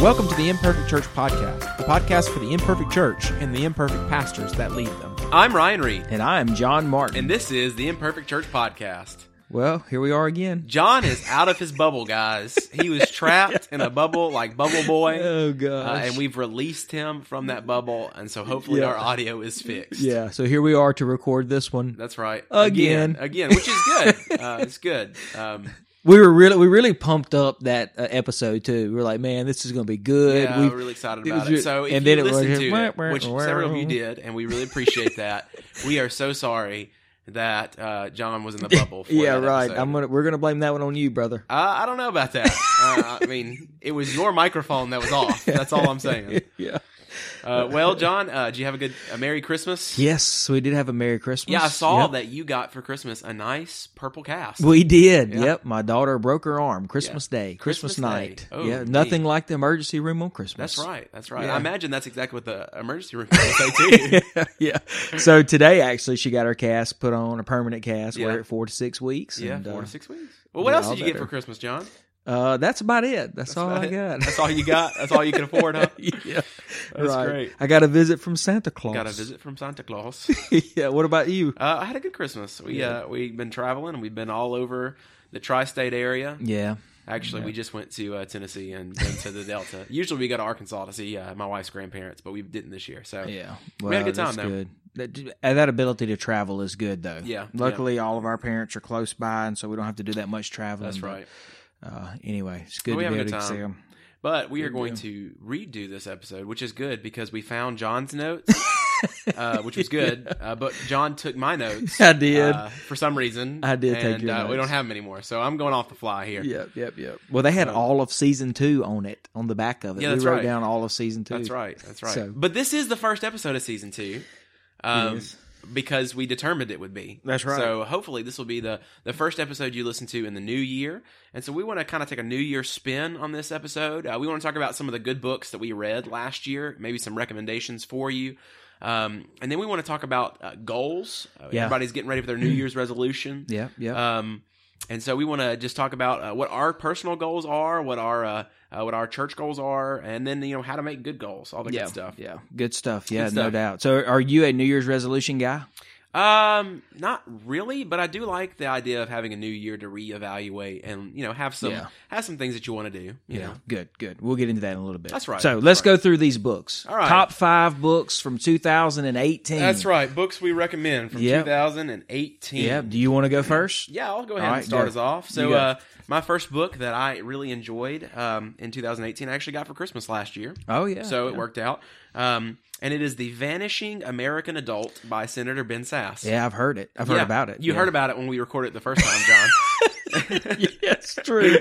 Welcome to the Imperfect Church Podcast, the podcast for the imperfect church and the imperfect pastors that lead them. I'm Ryan Reed, And I'm John Martin. and this is the Imperfect Church Podcast. well, here we are again. John is out of his bubble, guys. He was trapped in a bubble like Bubble Boy, Oh uh, gosh. and we've released him from that bubble, and so hopefully Yeah. our audio is fixed. yeah, so here we are to record this one. That's right. Again. Again, which is good. Uh, it's good. Um, We were really we really pumped up that uh, episode too. We were like, man, this is going to be good. yeah, we we're really excited it about was it. your- So if and you then it was listen your- to it, which several of you did, and we really appreciate that, we are so sorry that uh, John was in the bubble for Yeah, that right. episode. I'm going to we're going to blame that one on you, brother. Uh, I don't know about that. Uh, I mean, it was your microphone that was off. That's all I'm saying. yeah. Uh, well, John, uh, do you have a good a Merry Christmas? Yes, we did have a Merry Christmas. Yeah, I saw Yep. that you got for Christmas a nice purple cast. We did. Yeah. Yep. My daughter broke her arm Christmas Day, Christmas, Christmas Day. night. Oh, yeah. gee. Nothing like the emergency room on Christmas. that's right. That's right. Yeah. I imagine that's exactly what the emergency room would say too. yeah. So today, actually, she got her cast put on a permanent cast. We're Yeah. at four to six weeks. yeah, and, four uh, to six weeks. Well, what yeah, else all did you get better. for Christmas, John? uh, that's about it. That's, all about I it. got. That's all you got. That's all you can afford, huh? yeah. That's right. great. I got a visit from Santa Claus. Got a visit from Santa Claus. yeah. What about you? Uh, I had a good Christmas. We Yeah. uh, we've been traveling and we've been all over the tri-state area. Yeah. Actually, we just went to uh, Tennessee and, and to the Delta. Usually, we go to Arkansas to see uh, my wife's grandparents, but we didn't this year. So, Yeah. We had a good that's time, though. Good. That, and that ability to travel is good, though. Yeah, Luckily, all of our parents are close by, and so we don't have to do that much traveling. that's but, right. Uh, anyway, it's good Well, we to have be a able good to see time. them. But we are going to redo this episode, which is good because we found John's notes, uh, which was good. Uh, but John took my notes. I did. uh, for some reason. I did take and, your uh, We notes. don't have them anymore, so I'm going off the fly here. Yep, yep, yep. Well, they had all of season two on it, on the back of it. Yeah, that's we wrote right. down all of season two. That's right. That's right. So- But this is the first episode of season two. Um, is. because we determined it would be. That's right. So hopefully this will be the the first episode you listen to in the new year. And so we want to kind of take a new year spin on this episode. Uh, we want to talk about some of the good books that we read last year, maybe some recommendations for you. Um, and then we want to talk about uh, goals. Uh, Yeah. Everybody's getting ready for their New Year's resolution. Yep, yep. Um, and so we want to just talk about uh, what our personal goals are, what our uh, uh, what our church goals are, and then you know how to make good goals, all the yeah, good stuff. Yeah, good stuff. Yeah, Good no stuff. doubt. So, are you a New Year's resolution guy? Um, not really, but I do like the idea of having a new year to reevaluate and you know have some Yeah. have some things that you want to do. You know, good, good. We'll get into that in a little bit. That's right. So, That's let's right. go through these books. All right. Top five books from 2018. right. Books we recommend from Yep. 2018. Yeah. Do you want to go first? Yeah, I'll go ahead All right, and start go. us off. You So, go. uh, my first book that I really enjoyed um, in 2018, I actually got for Christmas last year. Oh yeah. so it worked out. Um, and it is The Vanishing American Adult by Senator Ben Sass. Yeah, I've heard it. I've heard Yeah, about it. You heard about it when we recorded it the first time, John. it. yes, true.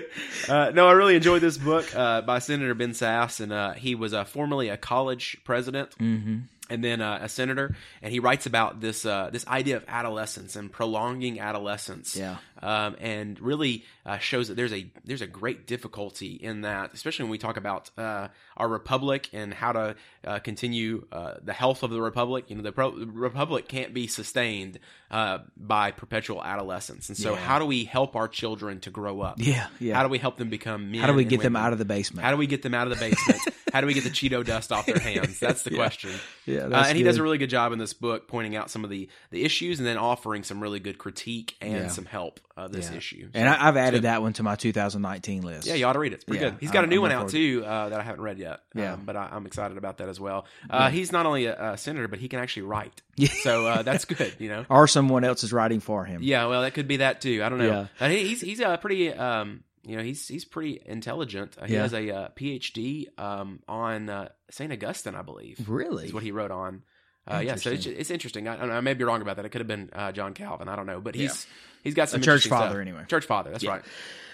uh, no, I really enjoyed this book uh, by Senator Ben Sass, and uh, he was uh, formerly a college president mm-hmm. and then uh, a senator, and he writes about this uh, this idea of adolescence and prolonging adolescence. Yeah. um, and really uh, shows that there's a there's a great difficulty in that, especially when we talk about uh, our republic and how to uh, continue uh, the health of the republic. You know, the, pro- the republic can't be sustained uh, by perpetual adolescence, and so Yeah. how do we help our children to grow up? Yeah, yeah. How do we help them become men? How do we and get them women? out of the basement? How do we get them out of the basement? How do we get the Cheeto dust off their hands? That's the Yeah. question. Yeah, Uh, that's and he does good. a really good job in this book pointing out some of the, the issues and then offering some really good critique and Yeah. some help of this Yeah. issue. So, and I, I've added that one to my 2019 list. yeah, you ought to read it. It's pretty Yeah, good. He's got a I'm- new I'm one looking out too uh, that I haven't read yet. Yeah. Um, but I, I'm excited about that as well. Uh, He's not only a, a senator, but he can actually write. Yeah. So uh, that's good. You know. Or someone else is writing for him. Yeah, well, that could be that too. I don't know. Yeah. But he- he's he's uh, pretty. Um, you know, he's he's pretty intelligent. Uh, He Yeah. has a uh, PhD um, on uh, Saint Augustine, I believe. Really? Is what he wrote on. Uh, yeah, so it's, it's interesting. I, I, don't know, I may be wrong about that. It could have been uh, John Calvin. I don't know, but he's he's got some A church interesting stuff. father, anyway. Church father. That's Yeah. right.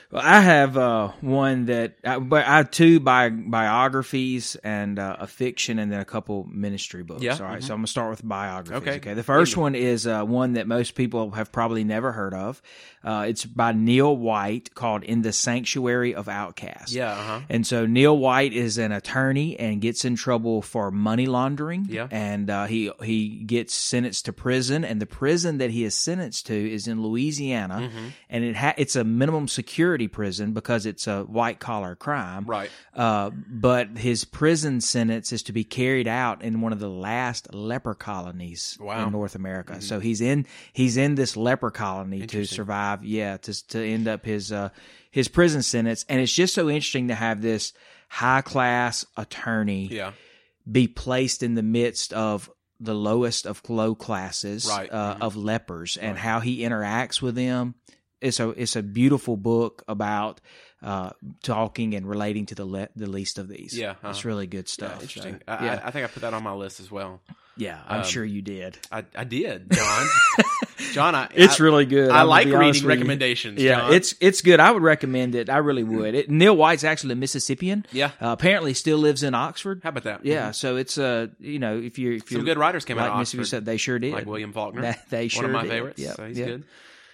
Well, I have uh, one that, I, but I have two bi- biographies and uh, a fiction, and then a couple ministry books. Yeah, mm-hmm. All right, so I'm gonna start with biographies. Okay. Okay. The first one is uh, one that most people have probably never heard of. Uh, it's by Neil White, called "In the Sanctuary of Outcasts." Yeah. Uh-huh. And so Neil White is an attorney and gets in trouble for money laundering. Yeah. And uh, he he gets sentenced to prison, Mm-hmm. and the prison that he is sentenced to is in Louisiana, and it ha- it's a minimum security security prison because it's a white collar crime. Right. Uh, but his prison sentence is to be carried out in one of the last leper colonies Wow. Mm-hmm. in North America. So he's in he's in this leper colony to Interesting. survive. Yeah, to to end up his uh, his prison sentence. And it's just so interesting to have this high class attorney Yeah. be placed in the midst of the lowest of low classes Right. uh, Mhm. of lepers and Right. how he interacts with them. It's a it's a beautiful book about uh, talking and relating to the le- the least of these. Yeah, uh-huh. it's really good Yeah, stuff. interesting. So, I, yeah, I, I think I put that on my list as well. yeah, I'm um, sure you did. I, I did, John. John, I, It's I, really good. I'm I gonna like be honest reading with you. recommendations. Yeah, John. it's it's good. I would recommend it. I really would. It, Neil White's actually a Mississippian. yeah. Uh, apparently, still lives in Oxford. How about that? Yeah, so it's uh, you know if you if you Mm-hmm. some good writers came like out of Mississippi Oxford, said they sure did. like William Faulkner. They- they sure one of my did. favorites. Yep, So he's yep. good.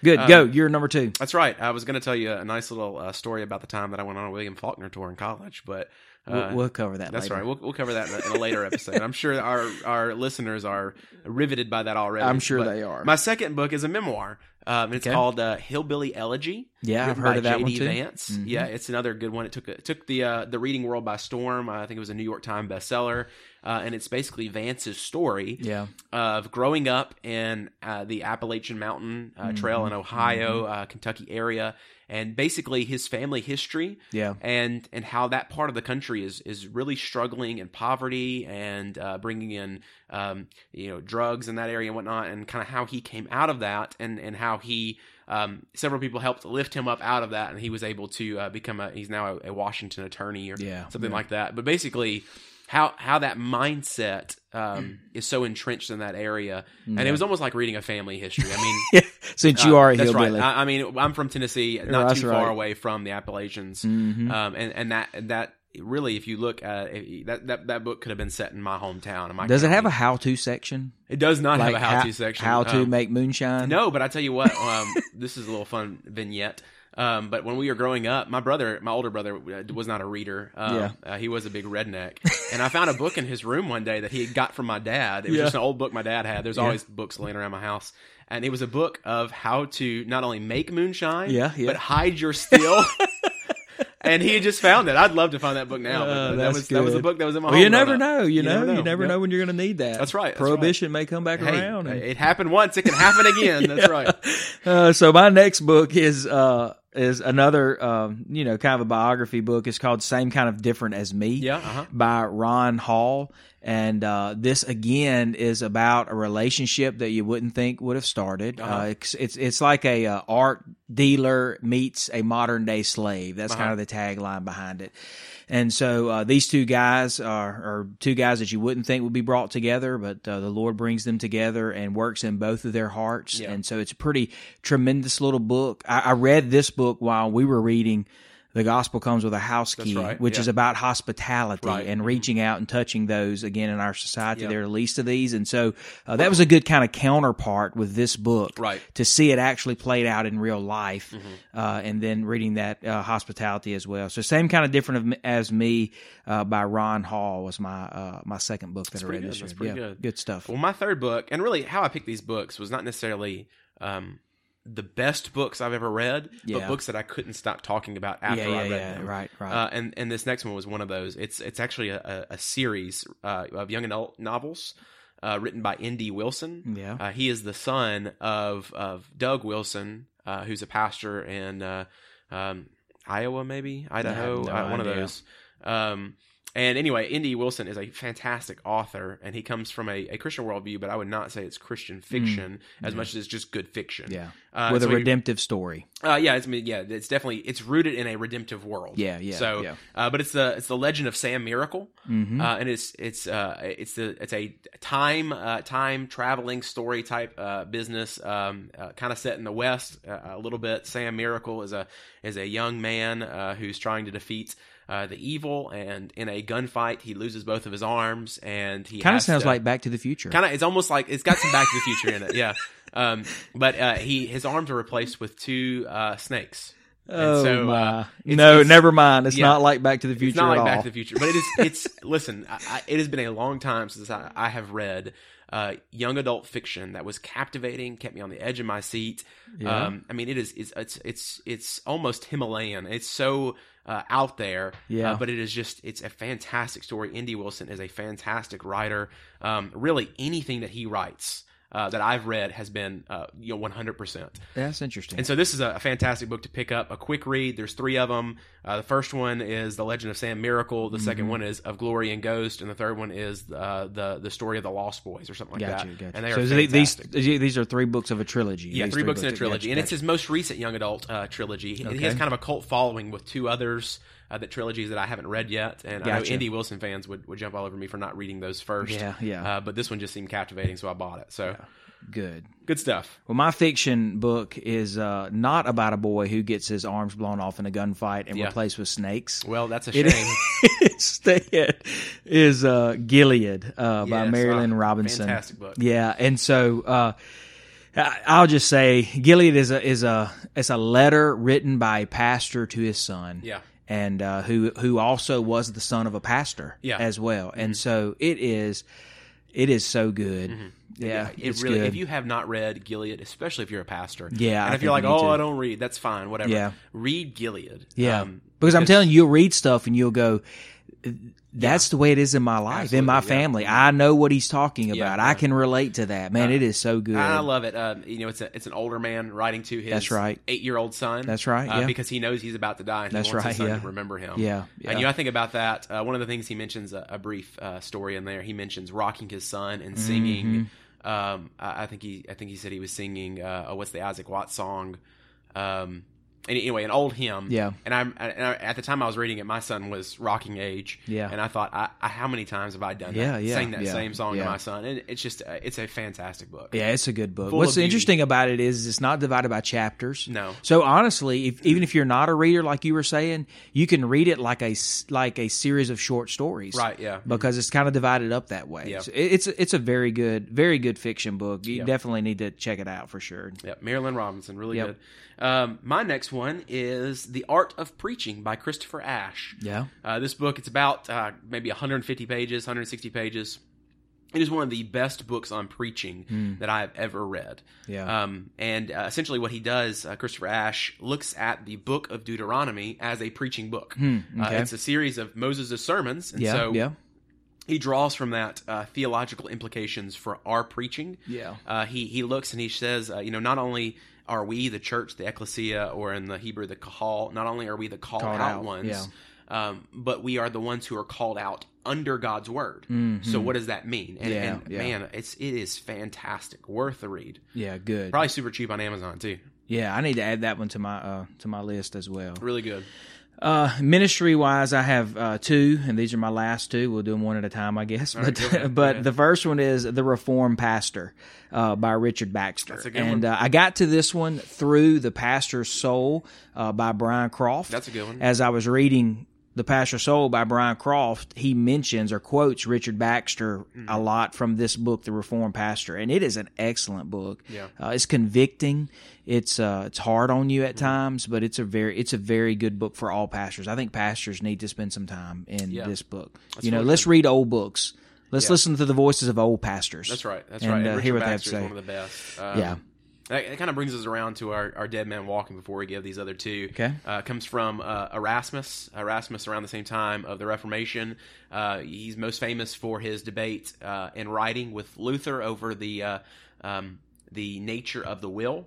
Good. Um, go. You're number two. That's right. I was going to tell you a nice little uh, story about the time that I went on a William Faulkner tour in college, but uh, we'll, we'll cover that. that's later. right. We'll, we'll cover that in a, in a later episode. I'm sure our our listeners are riveted by that already. I'm sure But they are. My second book is a memoir. Um, it's Okay. called uh, Hillbilly Elegy. yeah, I've written heard by of that J.D. one too. Vance. Mhm. Yeah, it's another good one. It took it took the uh, the reading world by storm. I think it was a New York Times bestseller, uh, and it's basically Vance's story Yeah. of growing up in uh, the Appalachian Mountain uh, Trail in Mhm. Ohio, uh, Kentucky area, and basically his family history Yeah. and and how that part of the country is is really struggling in poverty and uh, bringing in um, you know drugs in that area and whatnot, and kind of how he came out of that and and how he. Um, several people helped lift him up out of that, and he was able to uh, become a. He's now a, a Washington attorney or Yeah. something yeah. like that. But basically, how how that mindset um, is so entrenched in that area, and Yeah. it was almost like reading a family history. I mean, Since you uh, are a that's right. hillbilly. I, I mean, I'm from Tennessee, not That's too right. far away from the Appalachians, Mhm. um, and and that that really, if you look at it, that that that book could have been set in my hometown. In my Does it county. have a how-to section? It does not like have a how-to section. How to Um, make moonshine? no, but I tell you what, um, this is a little fun vignette. Um, but when we were growing up, my brother, my older brother, uh, was not a reader. Um, Yeah. uh, he was a big redneck, and I found a book in his room one day that he had got from my dad. It was Yeah. just an old book my dad had. There's Yeah. always books laying around my house, and it was a book of how to not only make moonshine, Yeah, yeah. but hide your still. and he had just found it. I'd love to find that book now. but, Oh, uh, that that's was that was a good. book that was in my. Well, home you never growing up. know. You, You know. never know. You never Yep. know when you're going to need that. That's right, that's right. Prohibition may come back Hey, around. and- it happened once; it can happen again. That's right. Uh, so my next book is uh is another um you know kind of a biography book. It's called Same Kind of Different as Me. Yeah. Uh-huh. by Ron Hall. And uh, this again is about a relationship that you wouldn't think would have started. uh Uh-huh. it's, it's it's like a uh, art dealer meets a modern day slave. That's Uh-huh. kind of the tagline behind it. And so uh, these two guys are, are two guys that you wouldn't think would be brought together, but uh, the Lord brings them together and works in both of their hearts. Yeah. And so it's a pretty tremendous little book. I, I read this book while we were reading. The gospel comes with a house That's key, right, which yeah. is about hospitality Right. and reaching out and touching those again in our society. Yep. They're the least of these, and so uh, that was a good kind of counterpart with this book, Right. Mm-hmm. To see it actually played out in real life, uh, and then reading that uh, hospitality as well. So same kind of different of, m- as me uh, by Ron Hall was my uh, my second book that I pretty read good. this year. That's pretty yeah, good. stuff. Well, my third book, and really how I picked these books was not necessarily um, the best books I've ever read, Yeah. but books that I couldn't stop talking about after yeah, yeah, I read yeah. them. Right, right. Uh, and and this next one was one of those. It's it's actually a, a a series uh, of young adult novels uh, written by Indy Wilson. yeah. Uh, he is the son of of Doug Wilson, uh, who's a pastor in uh, um, Iowa, maybe Idaho, no uh, one of idea. those. Um, and anyway, Indy Wilson is a fantastic author, and he comes from a, a Christian worldview, but I would not say it's Christian fiction as yeah. much as it's just good fiction. Mm, yeah, uh, with so a he- redemptive story. uh, yeah, it's, I mean, yeah, it's definitely it's rooted in a redemptive world. Yeah, yeah. So, yeah. uh, but it's the it's the legend of Sam Miracle, Mhm. uh, and it's it's uh, it's the it's a time uh, time traveling story type uh, business, um, uh, kind of set in the West uh, a little bit. Sam Miracle is a is a young man uh, who's trying to defeat uh, the evil, and in a gunfight, he loses both of his arms, and he kind of has sounds to- like Back to the Future. kind of it's almost like it's got some Back to the Future in it, yeah. Um, but uh, he his arms are replaced with two uh, snakes. And Oh so, uh, my! it's- no, it's- never mind. It's yeah. not like Back to the Future It's not like at all. Back to the Future, but it is. It's listen. I, I, it has been a long time since I, I have read uh, young adult fiction that was captivating, kept me on the edge of my seat. Yeah. Um, I mean, it is it's it's it's, it's almost Himalayan. It's so uh, out there, Yeah. uh, but it is just it's a fantastic story. Indy Wilson is a fantastic writer. Um, really, anything that he writes. Uh, that I've read has been, uh, you know, one hundred percent. That's interesting. And so this is a, a fantastic book to pick up, a quick read. There's three of them. Uh, the first one is The Legend of Sam Miracle. The second Mm-hmm. one is Of Glory and Ghost, and the third one is uh, the the story of the Lost Boys or something like Gotcha, that. gotcha. And they are so fantastic. these these are three books of a trilogy. yeah, These three books in a that- trilogy, gotcha, and it's gotcha. his most recent young adult uh, trilogy. He, he has Okay. kind of a cult following with two others uh, that trilogies that I haven't read yet, and I know Gotcha. Indy Wilson fans would, would jump all over me for not reading those first. yeah, yeah, Uh, but this one just seemed captivating, so I bought it. So good. good stuff. Well, my fiction book is uh, not about a boy who gets his arms blown off in a gunfight and Yeah. replaced with snakes. Well, that's a shame. It instead is uh, Gilead uh, by Yes, Marilyn ah, Robinson. Fantastic book. Yeah, and so uh, I- I'll just say Gilead is a is a it's a letter written by a pastor to his son. Yeah. and uh, who who also was the son of a pastor. Yeah. Mm-hmm. as well. And so it is it is so good. Yeah, it it's really. good. If you have not read Gilead, especially if you're a pastor, Yeah, and I if you're like, think you oh, need to." I don't read, that's fine, whatever. Yeah. read Gilead. Yeah. Um, because I'm because- telling you, you'll read stuff and you'll go, that's the way it is in my life, in my Absolutely, yeah. family. I know what he's talking about. Yeah, I yeah. can relate to that. Man, it is so good. I love it. Um, you know, it's a, it's an older man writing to his That's right. eight year old son. That's right, uh, yeah. because he knows he's about to die. And That's he wants right, His son yeah. to remember him. yeah. yeah. And you know, I think about that. Uh, one of the things he mentions a, a brief uh, story in there. He mentions rocking his son and singing. Mm-hmm. Um, I, I think he, I think he said he was singing. Uh, oh, what's the Isaac Watts song? Um, and anyway, an old hymn. Yeah. And I'm and I, at the time I was reading it, my son was rocking age. Yeah. And I thought, I, I how many times have I done Yeah, that? yeah, Sang that yeah, same song yeah. to my son, and it's just, uh, it's a fantastic book. yeah, it's a good book. Full What's of beauty. interesting about it is it's not divided by chapters. No. So honestly, if, even if you're not a reader, like you were saying, you can read it like a s- like a series of short stories, Right. Yeah. Because it's kind of divided up that way. Yeah. So it- it's it's a very good, very good fiction book. You Yeah. definitely need to check it out for sure. Yep, Marilyn Robinson, really Yep. good. Um, my next one is The Art of Preaching by Christopher Ashe. Yeah. Uh, this book, it's about uh, maybe 150 pages, 160 pages. It is one of the best books on preaching Mm. that I have ever read. Hmm. Yeah. Um, and uh, essentially, what he does, uh, Christopher Ashe looks at the book of Deuteronomy as a preaching book. Uh, Hmm. Mm, okay. it's a series of Moses' sermons. And yeah. so yeah. he draws from that uh, theological implications for our preaching. Yeah. Uh, he he looks and he says, uh, you know, not only are we the church, the ecclesia, or in the Hebrew the kahal, not only are we the called, Called out, out, ones, yeah. um, but we are the ones who are called out under God's word. So what does that mean? And, Mm-hmm. Yeah, and yeah. man, it's it is fantastic, worth the read. Yeah. Good. Probably super cheap on Amazon too. Yeah. I need to add that one to my uh, to my list as well. Really good. Uh, ministry wise, I have uh, two, and these are my last two. We'll do them one at a time, I guess. right, but go ahead, go but ahead. the first one is The Reformed Pastor uh, by Richard Baxter. That's a good and one. Uh, I got to this one through The Pastor's Soul uh, by Brian Croft. That's a good one. As I was reading The Pastor's Soul by Brian Croft, he mentions or quotes Richard Baxter Mm-hmm. a lot from this book, The Reformed Pastor. And it is an excellent book. Yeah. Uh, it's convicting. It's uh, it's hard on you at Mm-hmm. times, but it's a very it's a very good book for all pastors. I think pastors need to spend some time in Yeah. this book. you know, really let's read old books. Let's listen to the voices of old pastors. That's right. That's And, right. uh, And hear Richard what they have to Baxter is say. one of the best. Um, Yeah. That, that kind of brings us around to our, our dead man walking before we give these other two. Okay. Uh, comes from uh, Erasmus. Erasmus around the same time of the Reformation. Uh, he's most famous for his debate uh, and writing with Luther over the uh, um, the nature of the will.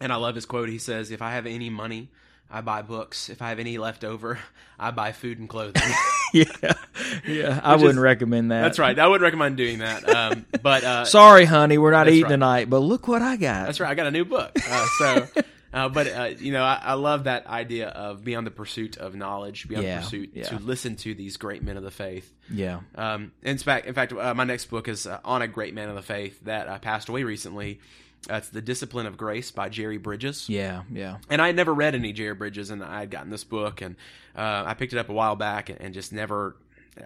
And I love his quote. He says, "If I have any money." I buy books. If I have any left over, I buy food and clothing. yeah, yeah. I Which is- wouldn't recommend that. That's right. I would recommend doing that. Um, but uh, Sorry, honey, we're not That's eating right. tonight, but look what I got. That's right. I got a new book. Uh, so, uh, but uh, you know, I, I love that idea of beyond the pursuit of knowledge, beyond Yeah, the pursuit yeah. to listen to these great men of the faith. Yeah. Um, in fact, in fact, uh, my next book is uh, on a great man of the faith that uh, passed away recently. Uh, it's the Discipline of Grace by Jerry Bridges Yeah, yeah. and I had never read any Jerry Bridges, and I had gotten this book, and uh, I picked it up a while back, and, and just never.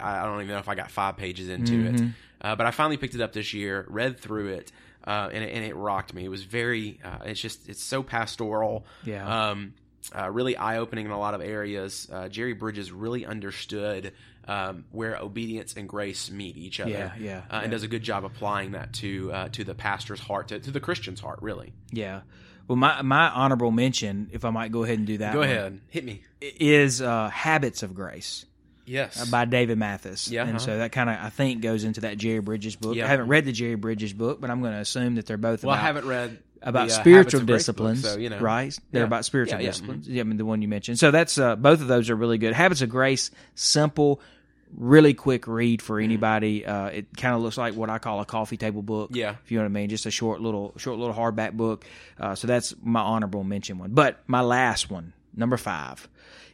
I I don't even know if I got five pages into Mm-hmm. it, uh, but I finally picked it up this year, read through it, uh, and, it and it rocked me. It was very. Uh, it's just it's so pastoral. Yeah. Um, uh, really eye opening in a lot of areas. Uh, Jerry Bridges really understood um, where obedience and grace meet each other, Yeah, yeah, uh, and yeah. does a good job applying that to uh, to the pastor's heart, to, to the Christian's heart, really. Yeah. Well, my, my honorable mention, if I might go ahead and do that, Go one, ahead, hit me. is uh, Habits of Grace. Yes, by David Mathis. Yeah, and uh-huh. so that kind of I think goes into that Jerry Bridges book. Yeah. I haven't read the Jerry Bridges book, but I'm going to assume that they're both well, I about, haven't read about the, uh, spiritual Habits of Grace book, disciplines, so you know, right? They're Yeah. about spiritual Yeah, mm-hmm. yeah, disciplines. Yeah, I mean the one you mentioned. So that's uh, both of those are really good. Habits of Grace, simple, really quick read for anybody. Uh, it kind of looks like what I call a coffee table book. Yeah. if you know what I mean, just a short little short little hardback book. Uh, so that's my honorable mention one. But my last one, number five.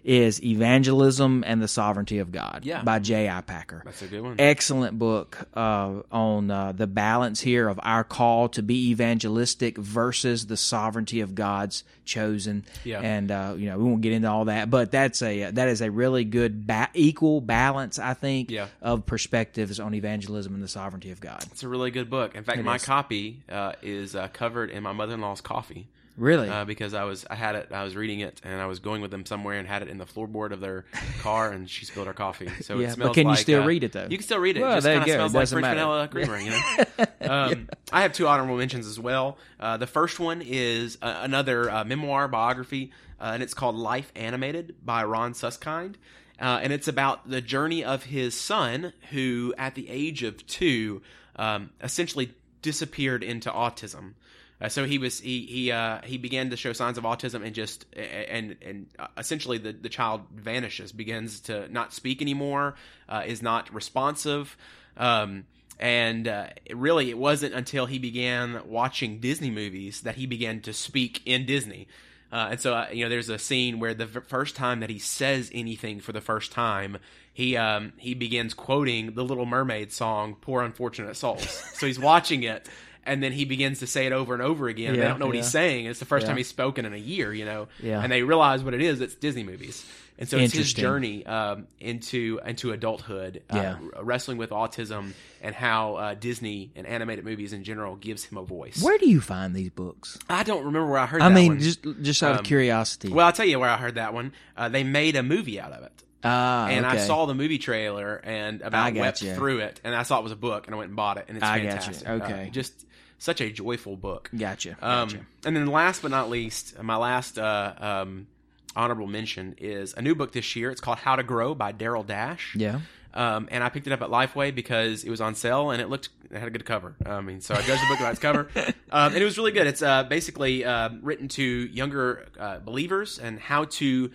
Is Evangelism and the Sovereignty of God Yeah. by J.I. Packer That's a good one. excellent book uh, on uh, the balance here of our call to be evangelistic versus the sovereignty of God's chosen. Yeah. And uh, you know we won't get into all that, but that's a that is a really good ba- equal balance, I think, Yeah. of perspectives on evangelism and the sovereignty of God. It's a really good book. In fact, It my is. copy uh, is uh, covered in my mother in law's coffee Really, uh, because I was I had it. I was reading it, and I was going with them somewhere, and had it in the floorboard of their car, and she spilled her coffee. So Yeah, it but smells. can you like, still uh, read it, though? You can still read it. Well, it just there you kind of go. smells It like doesn't French matter. vanilla creamer. You know. Um, I have two honorable mentions as well. Uh, the first one is uh, another uh, memoir biography, uh, and it's called Life Animated by Ron Suskind. Uh, and it's about the journey of his son, who at the age of two um, essentially disappeared into autism. Uh, so he was he he uh, he began to show signs of autism and just and and uh, essentially the, the child vanishes, begins to not speak anymore, uh, is not responsive, um, and uh, it really it wasn't until he began watching Disney movies that he began to speak in Disney. Uh, and so, uh, you know, there's a scene where the v- first time that he says anything for the first time, he um, he begins quoting the Little Mermaid song "Poor Unfortunate Souls." so he's watching it, and then he begins to say it over and over again. they Yeah, don't know what yeah. he's saying. It's the first Yeah. time he's spoken in a year, you know. Yeah. And they realize what it is. It's Disney movies, and so it's his Interesting. journey um, into into adulthood, uh, Yeah. r- wrestling with autism and how uh, Disney and animated movies in general gives him a voice. where do you find these books? I don't remember where I heard. I that mean, one. just just out of Um, curiosity. Well, I'll tell you where I heard that one. Uh, they made a movie out of it. ah, And I okay. saw the movie trailer and I about got wept you. through it. And I saw it was a book and I went and bought it. And it's I got you. fantastic. Okay. Uh, just such a joyful book. Gotcha. Um, gotcha. And then last but not least, my last uh, um, honorable mention is a new book this year. It's called How to Grow by Daryl Dash. yeah. Um, and I picked it up at Lifeway because it was on sale and it looked it had a good cover. I mean, so I judged the book by its cover, um, and it was really good. It's uh, basically uh, written to younger uh, believers and how to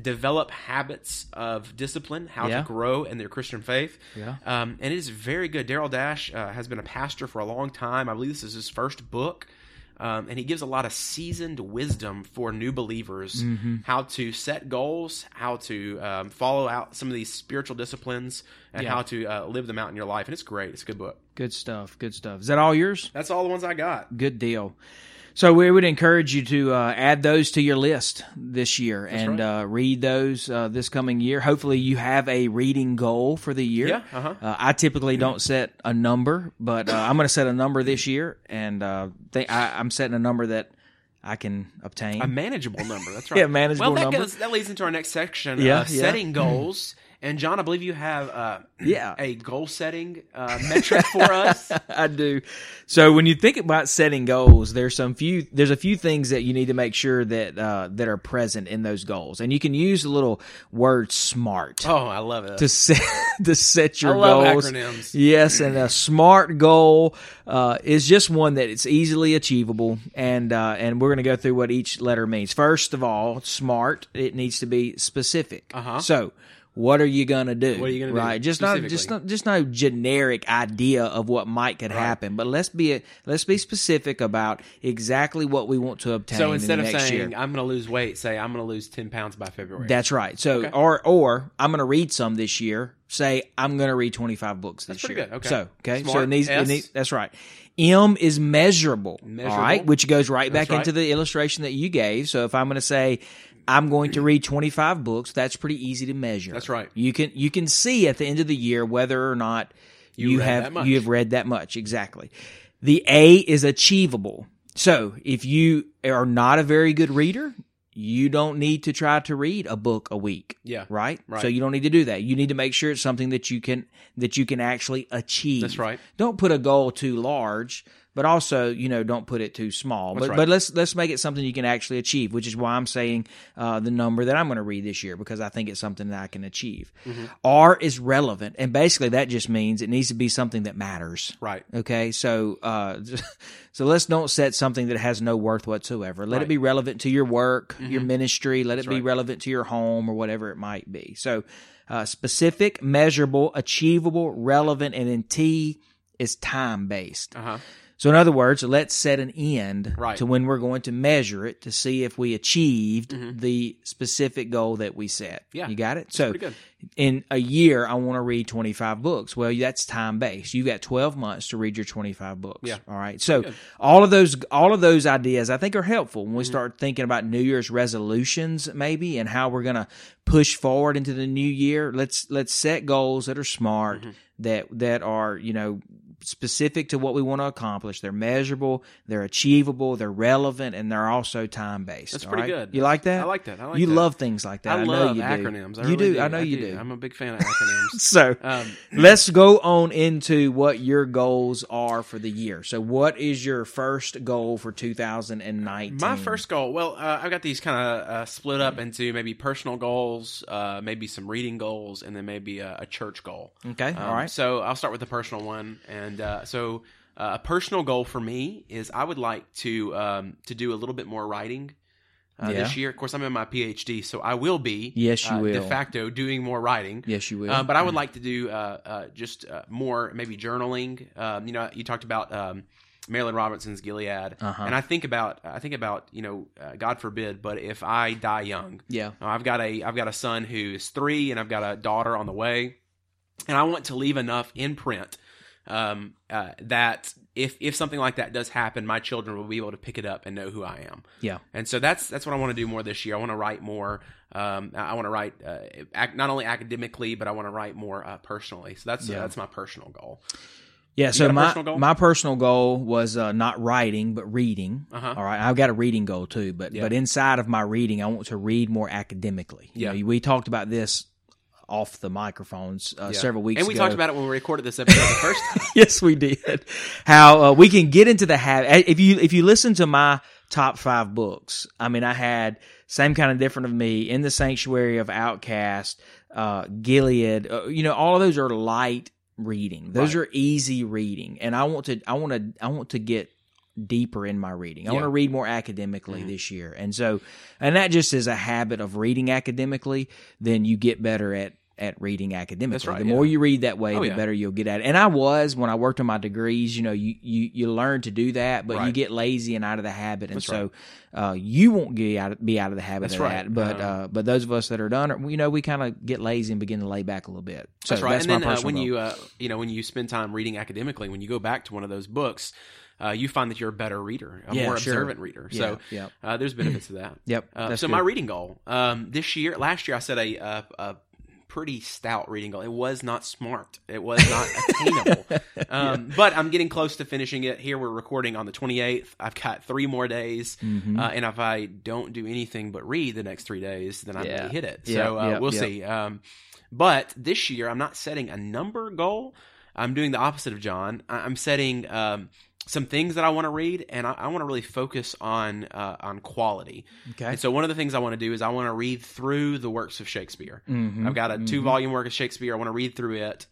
develop habits of discipline, how Yeah. to grow in their Christian faith. Yeah. Um, and it is very good. Daryl Dash uh, has been a pastor for a long time. I believe this is his first book. Um, and he gives a lot of seasoned wisdom for new believers how to set goals, how to um, follow out some of these spiritual disciplines, and Yeah. how to uh, live them out in your life. And it's great. It's a good book. Good stuff. Good stuff. Is that all yours? That's all the ones I got. Good deal. So we would encourage you to uh, add those to your list this year and uh, read those uh, this coming year. Hopefully, you have a reading goal for the year. Yeah, uh-huh. Uh, I typically don't set a number, but uh, I'm going to set a number this year, and uh, think I, I'm setting a number that I can obtain. A manageable number. That's right. Yeah, manageable Well, that number. goes that leads into our next section. Yeah, yeah. uh, setting goals. And John, I believe you have uh, Yeah. a goal setting uh, metric for us. I do. So when you think about setting goals, there's some few there's a few things that you need to make sure that uh, that are present in those goals, and you can use the little word "smart" Oh, I love it. to set to set your I love goals. acronyms. Yes, and a smart goal uh, is just one that it's easily achievable, and uh, and we're going to go through what each letter means. First of all, smart it needs to be specific. Uh-huh. So. What are you gonna do? What are you gonna do right? Just not just specifically? not just no generic idea of what might could happen, but let's be let's be specific about exactly what we want to obtain. So in instead the of next saying year. I'm going to lose weight, say I'm going to lose ten pounds by February. That's right. So or or I'm going to read some this year. Say I'm going to read 25 books this pretty year. good. Okay. So okay. So Smart. it needs, it S. needs- that's right. M is measurable. Measurable. All right, which goes right back right. into the illustration that you gave. So if I'm going to say I'm going to read 25 books, that's pretty easy to measure. That's right. You can you can see at the end of the year whether or not you, read have that much. you have read that much exactly. The A is achievable. So if you are not a very good reader, you don't need to try to read a book a week Yeah. right? Right. So you don't need to do that. You need to make sure it's something that you can that you can actually achieve. That's right. Don't put a goal too large, but also you know don't put it too small. That's but right. but let's let's make it something you can actually achieve, which is why I'm saying uh, the number that I'm going to read this year because I think it's something that I can achieve. Mm-hmm. R is relevant, and basically that just means it needs to be something that matters. Right. Okay, so uh, so let's don't set something that has no worth whatsoever. Let it Right. Mm-hmm. be relevant to your work, your ministry. Let it be right. relevant to your home or whatever it might be. So uh, specific, measurable, achievable, relevant, and then T is time based. Uh huh. So in other words, let's set an end Right. to when we're going to measure it to see if we achieved the specific goal that we set. Mm-hmm. Yeah. you got it. so Pretty good. in a year I want to read 25 books. Well, that's time based. You've got 12 months to read your 25 books. Yeah. All right. So all of those all of those ideas I think are helpful Mm-hmm. when we start thinking about New Year's resolutions maybe and how we're going to push forward into the new year. Let's let's set goals that are smart Mm-hmm. that that are, you know, specific to what we want to accomplish. They're measurable, they're achievable, they're relevant and they're also time based. That's pretty good. You like that? I like that. I like you that. love things like that. I, I, love know you acronyms. Do. I you really do. I know you do. I'm a big fan of acronyms. so um, let's go on into what your goals are for the year. So, what is your first goal for 2019? My first goal, well, uh, I've got these kind of uh, split up into maybe personal goals, uh, maybe some reading goals, and then maybe a, a church goal. Okay. Um, all right. So I'll start with the personal one, and uh, so uh, a personal goal for me is I would like to um, to do a little bit more writing. Uh, Yeah. This year, of course, I'm in my PhD, so I will be Yes, you uh, de will. facto doing more writing. Yes, you will. Mm. Uh, but I would like to do uh, uh, just uh, more, maybe journaling. Um, you know, you talked about um, Marilyn Robinson's Gilead, Uh-huh. and I think about, I think about, you know, uh, God forbid, but if I die young, yeah. uh, I've got a, I've got a son who is three, and I've got a daughter on the way, and I want to leave enough imprint um, uh, that if if something like that does happen, my children will be able to pick it up and know who I am. Yeah. And so that's that's what I want to do more this year. I want to write more. Um, I I want to write uh, ac- not only academically, but I want to write more uh, personally. So that's Yeah. that's my personal goal. Yeah. So got a my personal goal? my personal goal was uh, not writing but reading. Uh-huh. All right. I've got a reading goal too, but Yeah. but inside of my reading, I want to read more academically. You Yeah. know, we talked about this off the microphones uh, Yeah. several weeks and we ago. talked about it when we recorded this episode the first time. yes, we did. How uh, we can get into the habit. If you if you listen to my top five books, I mean, I had same kind of different of me in the sanctuary of Outcast, uh, Gilead. Uh, you know, all of those are light reading. Those are easy reading, and I want to I want to I want to get deeper in my reading. I want to Yeah. read more academically Mhm. this year. And so and that just is a habit of reading academically, then you get better at at reading academically. right, the yeah. more you read that way, Oh, the yeah. better you'll get at it. And I was when I worked on my degrees, you know, you you, you learn to do that, but you Right. get lazy and out of the habit. And That's so uh, you won't get out of, be out of the habit That's of right. that. But Um, uh, but those of us that are done, are, you know, we kind of get lazy and begin to lay back a little bit. So That's right. and my then uh, personal when goal. you uh, you know when you spend time reading academically, when you go back to one of those books, uh, you find that you're a better reader, a Yeah, more sure. observant reader. yeah, So yep, uh, there's benefits to that. yep. Uh, that's so good. my reading goal um, this year, last year I set a, a, a pretty stout reading goal. It was not smart. It was not attainable. Um, But I'm getting close to finishing it. Here we're recording on the 28th. I've got three more days, Mhm. uh, and if I don't do anything but read the next three days, then I Yeah. may hit it. Yeah, So uh, yeah, we'll yeah. see. Um, but this year I'm not setting a number goal. I'm doing the opposite of John. I- I'm setting. Um, some things that I want to read, and I, I want to really focus on uh, on quality. okay. And so one of the things I want to do is I want to read through the works of Shakespeare. Mhm. I've got a Mhm. two volume work of Shakespeare. I want to read through it.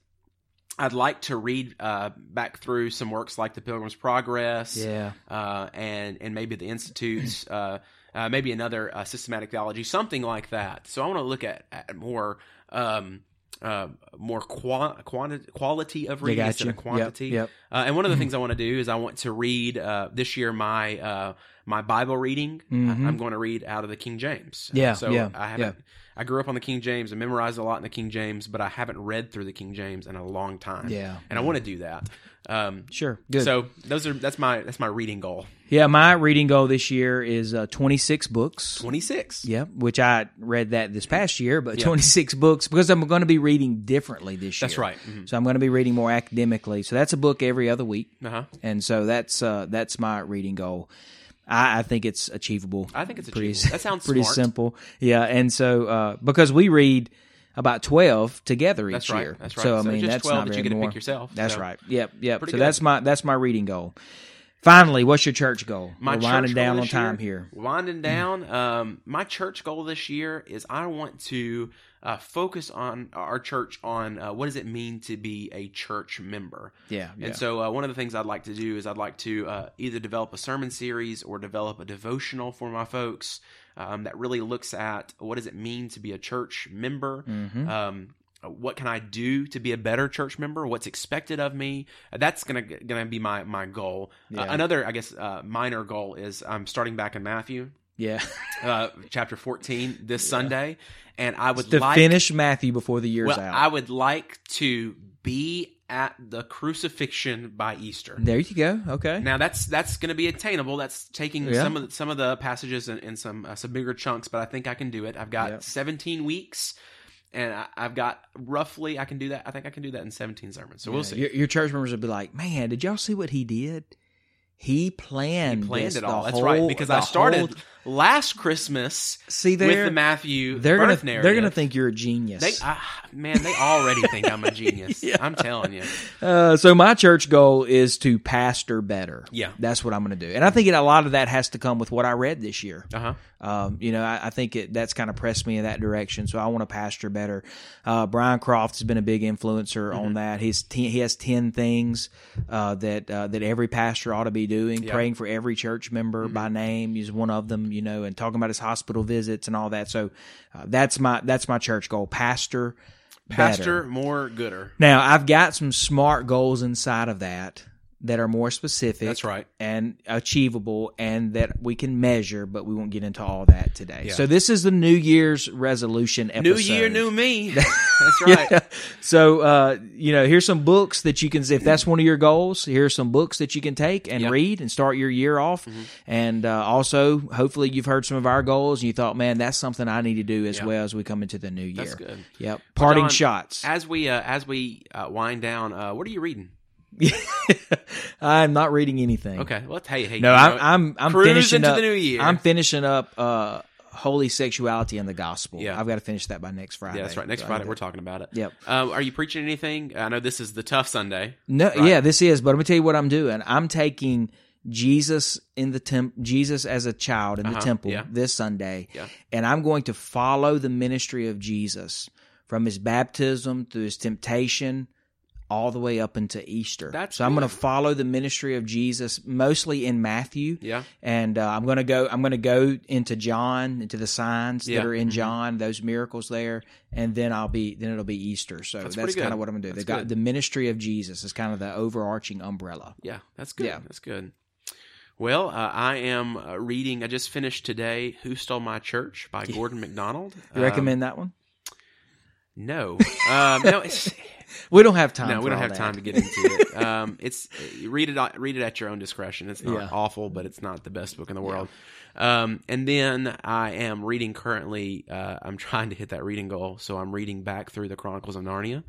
I'd like to read uh, back through some works like The Pilgrim's Progress Yeah. uh, and and maybe the institutes, uh, uh, maybe another uh, systematic theology, something like that. So I want to look at, at more um, uh, more qua- quanti- quality of They reading got instead you. of quantity. Yep. Mm-hmm. Uh, and one of the things I want to do is I want to read uh, this year my uh, my Bible reading. Mhm. I- I'm going to read out of the King James. Uh, Yeah, so yeah, I haven't. I grew up on the King James and memorized a lot in the King James, but I haven't read through the King James in a long time. yep. Yeah. and I want to do that. Um, Sure. Good. So those are that's my that's my reading goal. Yeah, my reading goal this year is uh, 26 books. Twenty six. Yeah, which I read that this past year, but Yeah. 26 books because I'm going to be reading differently this year. That's right. Mhm. So I'm going to be reading more academically. So that's a book every other week, Uh huh. and so that's uh, that's my reading goal. I, I think it's achievable. I think it's Pretty achievable. That sounds pretty smart. simple. Yeah, and so uh, because we read about twelve together That's each right. year, That's right. so I So mean just that's 12 not that you very get to pick more. yourself. That's So, right. Yep, yep. So pretty good. that's my that's my reading goal. Finally, what's your church goal? My We're church winding goal down on this year- time here. Mm. Winding down. Um, my church goal this year is I want to uh, focus on our church on uh, what does it mean to be a church member. Yeah, yeah. And so, uh, one of the things I'd like to do is I'd like to uh, either develop a sermon series or develop a devotional for my folks um, that really looks at what does it mean to be a church member. Mhm. Um, what can I do to be a better church member? What's expected of me? That's gonna gonna be my my goal. Uh, Yeah. another, I guess, uh, minor goal is I'm starting back in Matthew yeah. uh, chapter 14 this Sunday, and I would to like finish Matthew before the year's well, out. I would like to be at the crucifixion by Easter. there you go. Okay. Now that's that's going to be attainable. That's taking Yeah. some of the, some of the passages and, and some uh, some bigger chunks, but I think I can do it. I've got Yep. 17 weeks, and I, I've got roughly I can do that. I think I can do that in 17 sermons. So Yeah, we'll see. Your, your church members would be like, "Man, did y'all see what he did? He planned. He planned this it the all. That's whole- right. Because the I started whole- last Christmas see, with they're the Matthew they're birth gonna narrative. they're gonna think you're a genius. They, ah, man, they already think I'm a genius. Yeah. I'm telling you. uh, so my church goal is to pastor better. Yeah. that's what I'm gonna do, and I think a lot of that has to come with what I read this year. Uh huh. Um, you know, I, I think it, that's kind of pressed me in that direction. So I want to pasture better. Uh, Brian Croft has been a big influencer on that. He's ten, he has ten things uh, that uh, that every pastor ought to be doing. Yeah. Praying for every church member by name is one of them. You know, and talking about his hospital visits and all that. So uh, that's my that's my church goal. Pastor, Pastor better. more gooder. Now I've got some smart goals inside of that that are more specific That's right. and achievable and that we can measure, but we won't get into all that today. Yeah. So this is the New Year's resolution New episode. year, new me. That's right. Yeah. So uh, you know, here's some books that you can if that's one of your goals. Here's some books that you can take and Yep. Mm-hmm. read and start your year off. And uh, also, hopefully, you've heard some of our goals and you thought, man, that's something I need to do as Yeah. well as we come into the new year. That's good. Yep. Parting John, shots. As we uh, as we uh, wind down, uh, what are you reading? I'm not reading anything. Okay, well, hey, hey, No, you I'm know, I'm I'm cruise finishing into up, the new year. I'm finishing up uh Holy Sexuality and the Gospel. Yeah. I've got to finish that by next Friday. yeah, that's right. Next So I Friday, need we're to- talking about it. Yep. Um, are you preaching anything? I know this is the tough Sunday. No, Right. yeah, this is. But I'm gonna tell you what I'm doing. I'm taking Jesus in the temp, Jesus as a child in the Uh-huh, temple yeah. this Sunday, Yeah. and I'm going to follow the ministry of Jesus from his baptism through his temptation all the way up into Easter. That's so I'm going to good. follow the ministry of Jesus mostly in Matthew. Yeah. and uh, I'm gonna go. I'm gonna go into John, into the signs Yeah. Mm-hmm. that are in John, those miracles there, and then I'll be. Then it'll be Easter. So that's, That's pretty good. kind of what I'm gonna do. That's they got good. the ministry of Jesus is kind of the overarching umbrella. Yeah, that's good. Yeah. That's good. Well, uh, I am uh, reading. I just finished today "Who Stole My Church" by Gordon MacDonald. You Um, recommend that one? No, um, no, it's, We don't have time. no. for We don't all have that. time to get into it. Um, it's read it. Read it at your own discretion. It's not Yeah. awful, but it's not the best book in the world. Um, and then I am reading currently. Uh, I'm trying to hit that reading goal, so I'm reading back through the Chronicles of Narnia.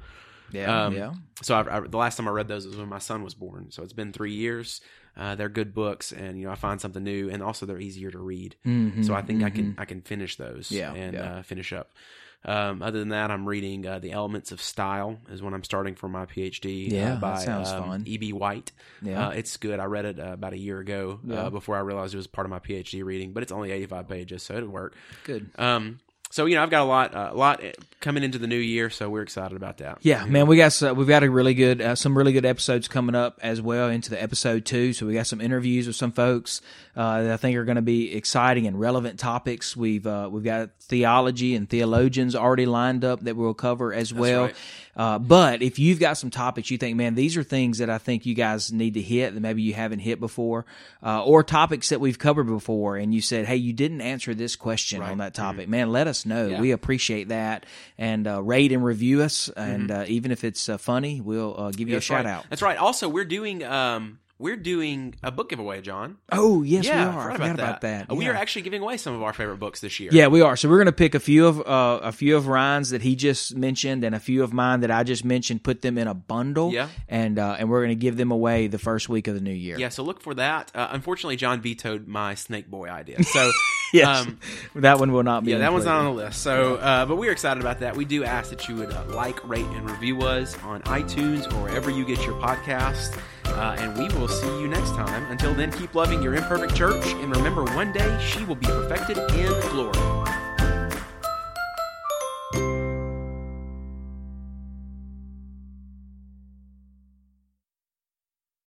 Yeah, Um, yeah. So I've, I, the last time I read those was when my son was born. So it's been three years. Uh, they're good books, and you know I find something new, and also they're easier to read. Mhm, So I think I mhm. can I can finish those. Yeah, and yeah. Uh, finish up. Um, other than that, I'm reading uh, the Elements of Style is when I'm starting for my PhD. uh, Yeah, that by, sounds um, fun. E.B. White. Yeah. Uh, it's good. I read it uh, about a year ago Yeah. uh, before I realized it was part of my PhD reading, but it's only 85 pages, so it'll work. Good. Um, so you know I've got a lot uh, a lot coming into the new year, so we're excited about that. Yeah, man, we got so, we've got a really good uh, some really good episodes coming up as well into the episode two. So we got some interviews with some folks uh, that I think are going to be exciting and relevant topics. We've uh, we've got theology and theologians already lined up that we'll cover as well. right. Uh, but if you've got some topics you think, man, these are things that I think you guys need to hit that maybe you haven't hit before, uh, or topics that we've covered before, and you said, hey, you didn't answer this question on that topic, man, let us know. We appreciate that. And uh, rate and review us. And uh, even if Mm-hmm. it's uh, funny, we'll uh, give you a That's shout right. out. That's right. Also, we're doing um, we're doing a book giveaway, John. Oh yes, yeah, we are. I forgot about that. Uh, We Yeah. are actually giving away some of our favorite books this year. Yeah, we are. So we're going to pick a few of uh, a few of Ryan's that he just mentioned and a few of mine that I just mentioned. Put them in a bundle, Yeah. and uh, and we're going to give them away the first week of the new year. Yeah, so look for that. Uh, unfortunately, John vetoed my Snake Boy idea. So, Yes. um, that one will not be. yeah, that one's included. not on the list. So, uh, but we're excited about that. We do ask that you would uh, like, rate, and review us on iTunes or wherever you get your podcast. Uh, and we will see you next time. Until then, keep loving your imperfect church, and remember, one day she will be perfected in glory.